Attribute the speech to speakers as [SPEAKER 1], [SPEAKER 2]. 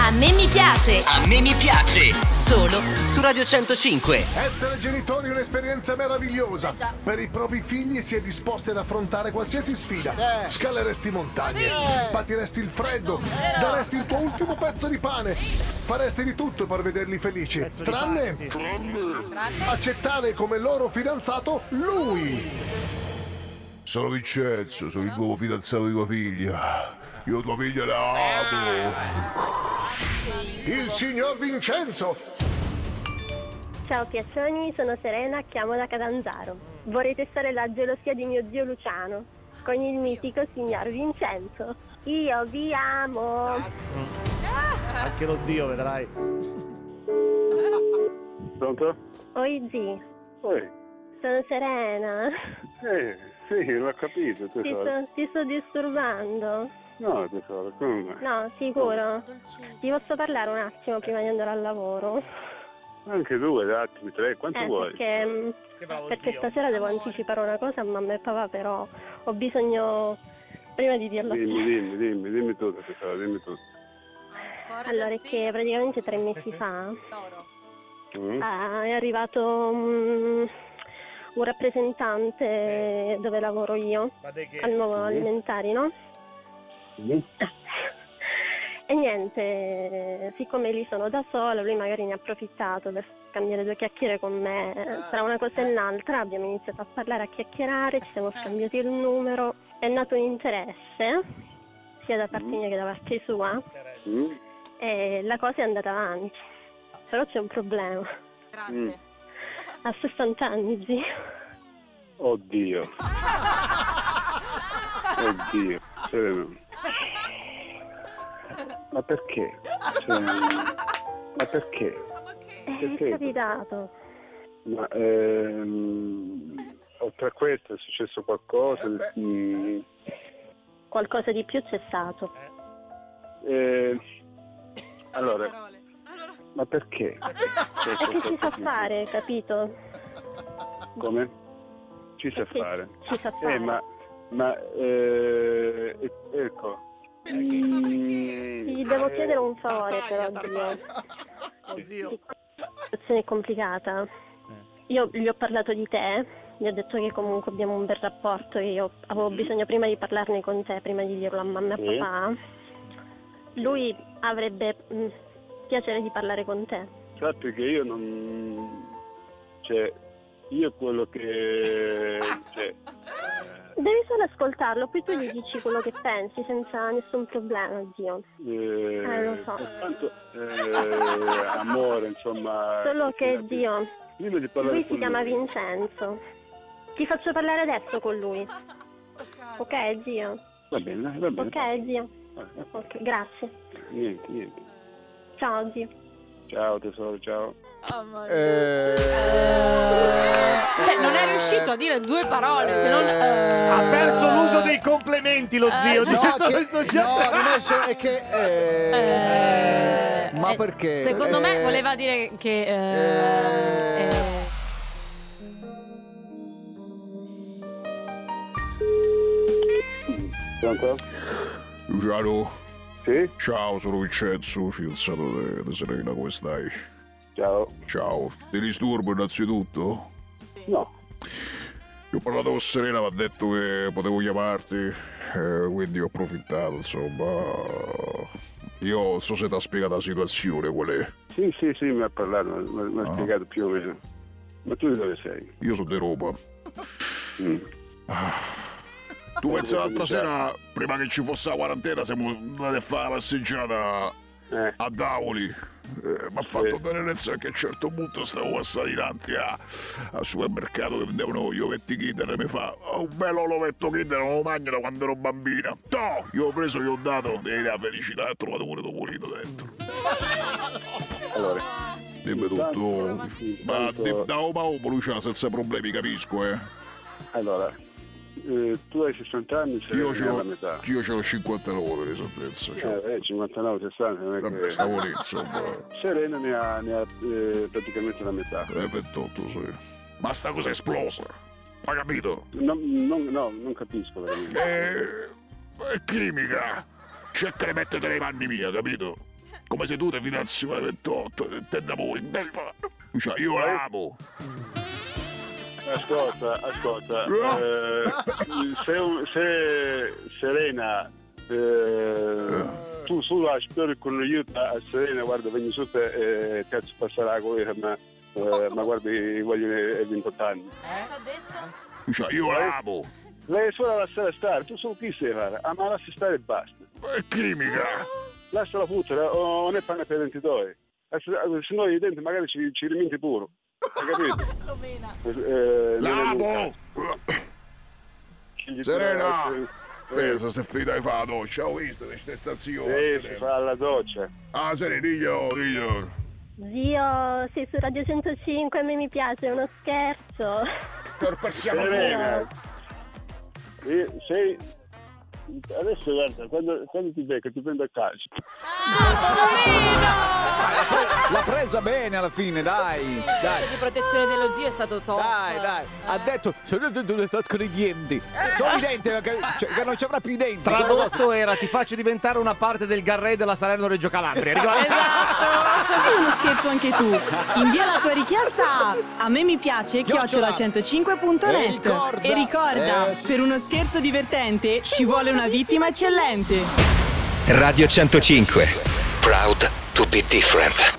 [SPEAKER 1] A me mi piace.
[SPEAKER 2] A me mi piace.
[SPEAKER 1] Solo
[SPEAKER 2] su Radio 105.
[SPEAKER 3] Essere genitori è un'esperienza meravigliosa. Per i propri figli si è disposti ad affrontare qualsiasi sfida. Scaleresti montagne, patiresti il freddo, daresti il tuo ultimo pezzo di pane. Faresti di tutto per vederli felici, tranne accettare come loro fidanzato lui.
[SPEAKER 4] Sono Vincenzo, sono il nuovo fidanzato di tua figlia. Io tua figlia la amo.
[SPEAKER 3] Il signor Vincenzo!
[SPEAKER 5] Ciao Piaccioni, sono Serena, chiamo da Catanzaro. Vorrei testare la gelosia di mio zio Luciano con il mitico signor Vincenzo. Io vi amo.
[SPEAKER 6] Anche lo zio, vedrai.
[SPEAKER 7] Pronto?
[SPEAKER 5] Oi zii,
[SPEAKER 7] Oi.
[SPEAKER 5] sono Serena.
[SPEAKER 7] Eh, sì, l'ho capito,
[SPEAKER 5] Ti
[SPEAKER 7] tesoro.
[SPEAKER 5] sto, ti sto disturbando.
[SPEAKER 7] No, tesoro, come mai?
[SPEAKER 5] No, sicuro. Ti posso parlare un attimo prima di andare al lavoro?
[SPEAKER 7] Anche due, un attimo, tre, quanto
[SPEAKER 5] Eh,
[SPEAKER 7] vuoi?
[SPEAKER 5] perché, mh, perché stasera devo anticipare una cosa a mamma e papà, però ho bisogno prima di dirlo a te.
[SPEAKER 7] Dimmi, dimmi, dimmi, dimmi tutto, tesoro, dimmi tutto.
[SPEAKER 5] Allora, è che praticamente tre mesi fa
[SPEAKER 7] Mm?
[SPEAKER 5] ah, è arrivato mm, un rappresentante dove lavoro io,
[SPEAKER 6] Ma dai che-
[SPEAKER 5] al nuovo alimentari, no?
[SPEAKER 7] Mm?
[SPEAKER 5] E niente, siccome lì sono da sola, lui magari ne ha approfittato per scambiare due chiacchiere con me. Tra una cosa e l'altra abbiamo iniziato a parlare, a chiacchierare, ci siamo scambiati il numero. È nato un interesse, sia da parte mia che da parte sua,
[SPEAKER 7] Mm?
[SPEAKER 5] e la cosa è andata avanti. Però c'è un problema.
[SPEAKER 7] Mm.
[SPEAKER 5] A 60 anni, zio.
[SPEAKER 7] Oddio. Oddio, Serena. Ma perché? Cioè, ma perché?
[SPEAKER 8] Ah,
[SPEAKER 5] È capitato.
[SPEAKER 7] Ma ehm, oltre a questo è successo qualcosa? Mm,
[SPEAKER 5] Qualcosa di più c'è stato.
[SPEAKER 7] eh, allora, ma perché?
[SPEAKER 5] E che si sa fare, capito?
[SPEAKER 7] Come? Ci sa
[SPEAKER 5] Perché
[SPEAKER 7] fare.
[SPEAKER 5] Ci sa fare.
[SPEAKER 7] Eh, ma, ma eh, ecco. Mm,
[SPEAKER 5] Ti devo
[SPEAKER 7] eh,
[SPEAKER 5] chiedere un favore però, zio.
[SPEAKER 6] Lo zio.
[SPEAKER 5] La situazione è complicata.
[SPEAKER 7] Eh.
[SPEAKER 5] Io gli ho parlato di te, gli ho detto che comunque abbiamo un bel rapporto, che io avevo bisogno prima di parlarne con te, prima di dirlo a mamma e
[SPEAKER 7] Mm. Sì.
[SPEAKER 5] a papà. Lui avrebbe mm, piacere di parlare con te.
[SPEAKER 7] Sappi che io non... Cioè, io quello che... Cioè,
[SPEAKER 5] Devi solo ascoltarlo, poi tu gli dici quello che pensi senza nessun problema, zio.
[SPEAKER 7] eh,
[SPEAKER 5] Eh, lo so.
[SPEAKER 7] soltanto, eh, amore, insomma...
[SPEAKER 5] Solo che,
[SPEAKER 7] Sappi-
[SPEAKER 5] zio,
[SPEAKER 7] Prima di parlare
[SPEAKER 5] lui si
[SPEAKER 7] con
[SPEAKER 5] chiama Vincenzo. Ti faccio parlare adesso con lui. Ok, zio?
[SPEAKER 7] Va bene, va bene.
[SPEAKER 5] Ok, zio?
[SPEAKER 7] Eh,
[SPEAKER 5] Ok, grazie.
[SPEAKER 7] Niente, niente.
[SPEAKER 5] Ciao, zio.
[SPEAKER 7] Ciao tesoro, ciao.
[SPEAKER 8] Ah, Cioè, non è riuscito a dire due parole, se non... eh.
[SPEAKER 6] Ha perso l'uso dei complementi lo zio.
[SPEAKER 9] No,
[SPEAKER 6] Dice solo
[SPEAKER 9] che-
[SPEAKER 6] il sociale.
[SPEAKER 9] no, non è solo- Cioè, è che... eh,
[SPEAKER 8] Eh,
[SPEAKER 9] ma
[SPEAKER 8] eh,
[SPEAKER 9] perché?
[SPEAKER 8] Secondo me
[SPEAKER 9] Eh,
[SPEAKER 8] voleva dire che... eh,
[SPEAKER 9] Eh.
[SPEAKER 8] eh,
[SPEAKER 7] Pronto?
[SPEAKER 4] Luciano,
[SPEAKER 7] Sì?
[SPEAKER 4] ciao, sono Vincenzo, fidanzato di- di Serena, come stai?
[SPEAKER 7] Ciao.
[SPEAKER 4] Ciao. Ti disturbo innanzitutto?
[SPEAKER 7] No.
[SPEAKER 4] Io ho parlato con Serena, mi ha detto che potevo chiamarti, eh, quindi ho approfittato, insomma. Io non so se ti ha spiegato la situazione qual è.
[SPEAKER 7] Sì, sì, sì, mi ha parlato, mi ha- mi ha
[SPEAKER 4] Ah.
[SPEAKER 7] spiegato più o meno. Ma tu di dove sei?
[SPEAKER 4] Io sono di Roma.
[SPEAKER 7] Mm.
[SPEAKER 4] Tu pensi l'altra sera, prima che ci fosse la quarantena, siamo andati a fare la passeggiata
[SPEAKER 7] Eh,
[SPEAKER 4] a Davoli. Eh, mi ha fatto
[SPEAKER 7] Sì.
[SPEAKER 4] tenerezza che a un certo punto stavo passando davanti a- al supermercato che vendevano gli ovetti Kinder e mi fa "Oh, un bello l'ovetto Kinder, non lo mangio da quando ero bambina. No! Io ho preso, gli ho dato e la felicità ho trovato pure Topolino dentro.
[SPEAKER 7] allora,
[SPEAKER 4] Dimmi tutto. Ma
[SPEAKER 7] intanto-
[SPEAKER 4] di- da Oma a Oma, Luciano, senza problemi, capisco, eh.
[SPEAKER 7] allora, eh, tu hai 60 anni, sei
[SPEAKER 4] Io ce
[SPEAKER 7] la
[SPEAKER 4] l'ho,
[SPEAKER 7] metà.
[SPEAKER 4] io ce l'ho 59 per esattezza. Cioè,
[SPEAKER 7] Eh, eh, 59, 60, non è
[SPEAKER 4] vabbè,
[SPEAKER 7] che...
[SPEAKER 4] stavo lì, insomma.
[SPEAKER 7] Serena ne ha, ne ha, eh, praticamente la metà.
[SPEAKER 4] Eh, 28, sì. Ma sta cosa è esplosa. Ma capito?
[SPEAKER 7] No, non, no, non capisco veramente.
[SPEAKER 4] Eh, È... è chimica. Cerca di mettere le mani mia, capito? come sedute fino al sole 28, te innamori, bel fa- cioè, io la amo.
[SPEAKER 7] Ascolta, ascolta,
[SPEAKER 4] No.
[SPEAKER 7] eh, se, un- se Serena, eh, tu solo aspiri con l'aiuto a Serena, guarda, vieni su te e cazzo passerà con lei, ma, eh, ma guarda, i guaglioni è 28 anni.
[SPEAKER 8] L'ho detto?
[SPEAKER 4] Cioè, io la amo.
[SPEAKER 7] Lei solo lasciare stare, tu solo chi sei, guarda, ah, ma lascia stare e basta.
[SPEAKER 4] È chimica.
[SPEAKER 7] Lasciala puttere, oh, non è pane per i dentitori. Lascia- Se no i denti magari ci, ci riminti pure, hai capito?
[SPEAKER 8] Lomena.
[SPEAKER 7] Eh, non
[SPEAKER 4] La
[SPEAKER 7] è nulla.
[SPEAKER 4] amo.
[SPEAKER 7] Scegli-
[SPEAKER 4] Serena.
[SPEAKER 7] Eh,
[SPEAKER 4] Pensa se finita di fare la doccia, ho visto queste stazioni.
[SPEAKER 7] Sì, si eh, fa la doccia.
[SPEAKER 4] Ah, Serena, diglielo, diglielo.
[SPEAKER 5] Zio, sei su Radio 105, a me mi piace, è uno scherzo.
[SPEAKER 4] Per passiamo
[SPEAKER 7] Serena, eh, sei... Adesso guarda, quando, quando ti becco ti prendo a calcio.
[SPEAKER 1] L'ha presa bene alla fine, dai.
[SPEAKER 8] Il senso
[SPEAKER 1] Dai.
[SPEAKER 8] di protezione dello zio è stato top.
[SPEAKER 1] Dai, dai, ha detto sono due sto con i denti. Sono i denti, che- cioè, che non ci avrà più i denti.
[SPEAKER 6] Tradotto era ti faccio diventare una parte del Garré della Salerno-Reggio Calabria.
[SPEAKER 1] Esatto.
[SPEAKER 9] Fai Esatto. uno scherzo anche tu. Invia la tua richiesta a a me mi piace
[SPEAKER 1] Chiocciola.
[SPEAKER 9] chiocciola 105.net
[SPEAKER 1] E ricorda.
[SPEAKER 9] e ricorda
[SPEAKER 1] Eh, sì.
[SPEAKER 9] per uno scherzo divertente ci vuole una vittima eccellente.
[SPEAKER 2] Radio 105. Proud to be different.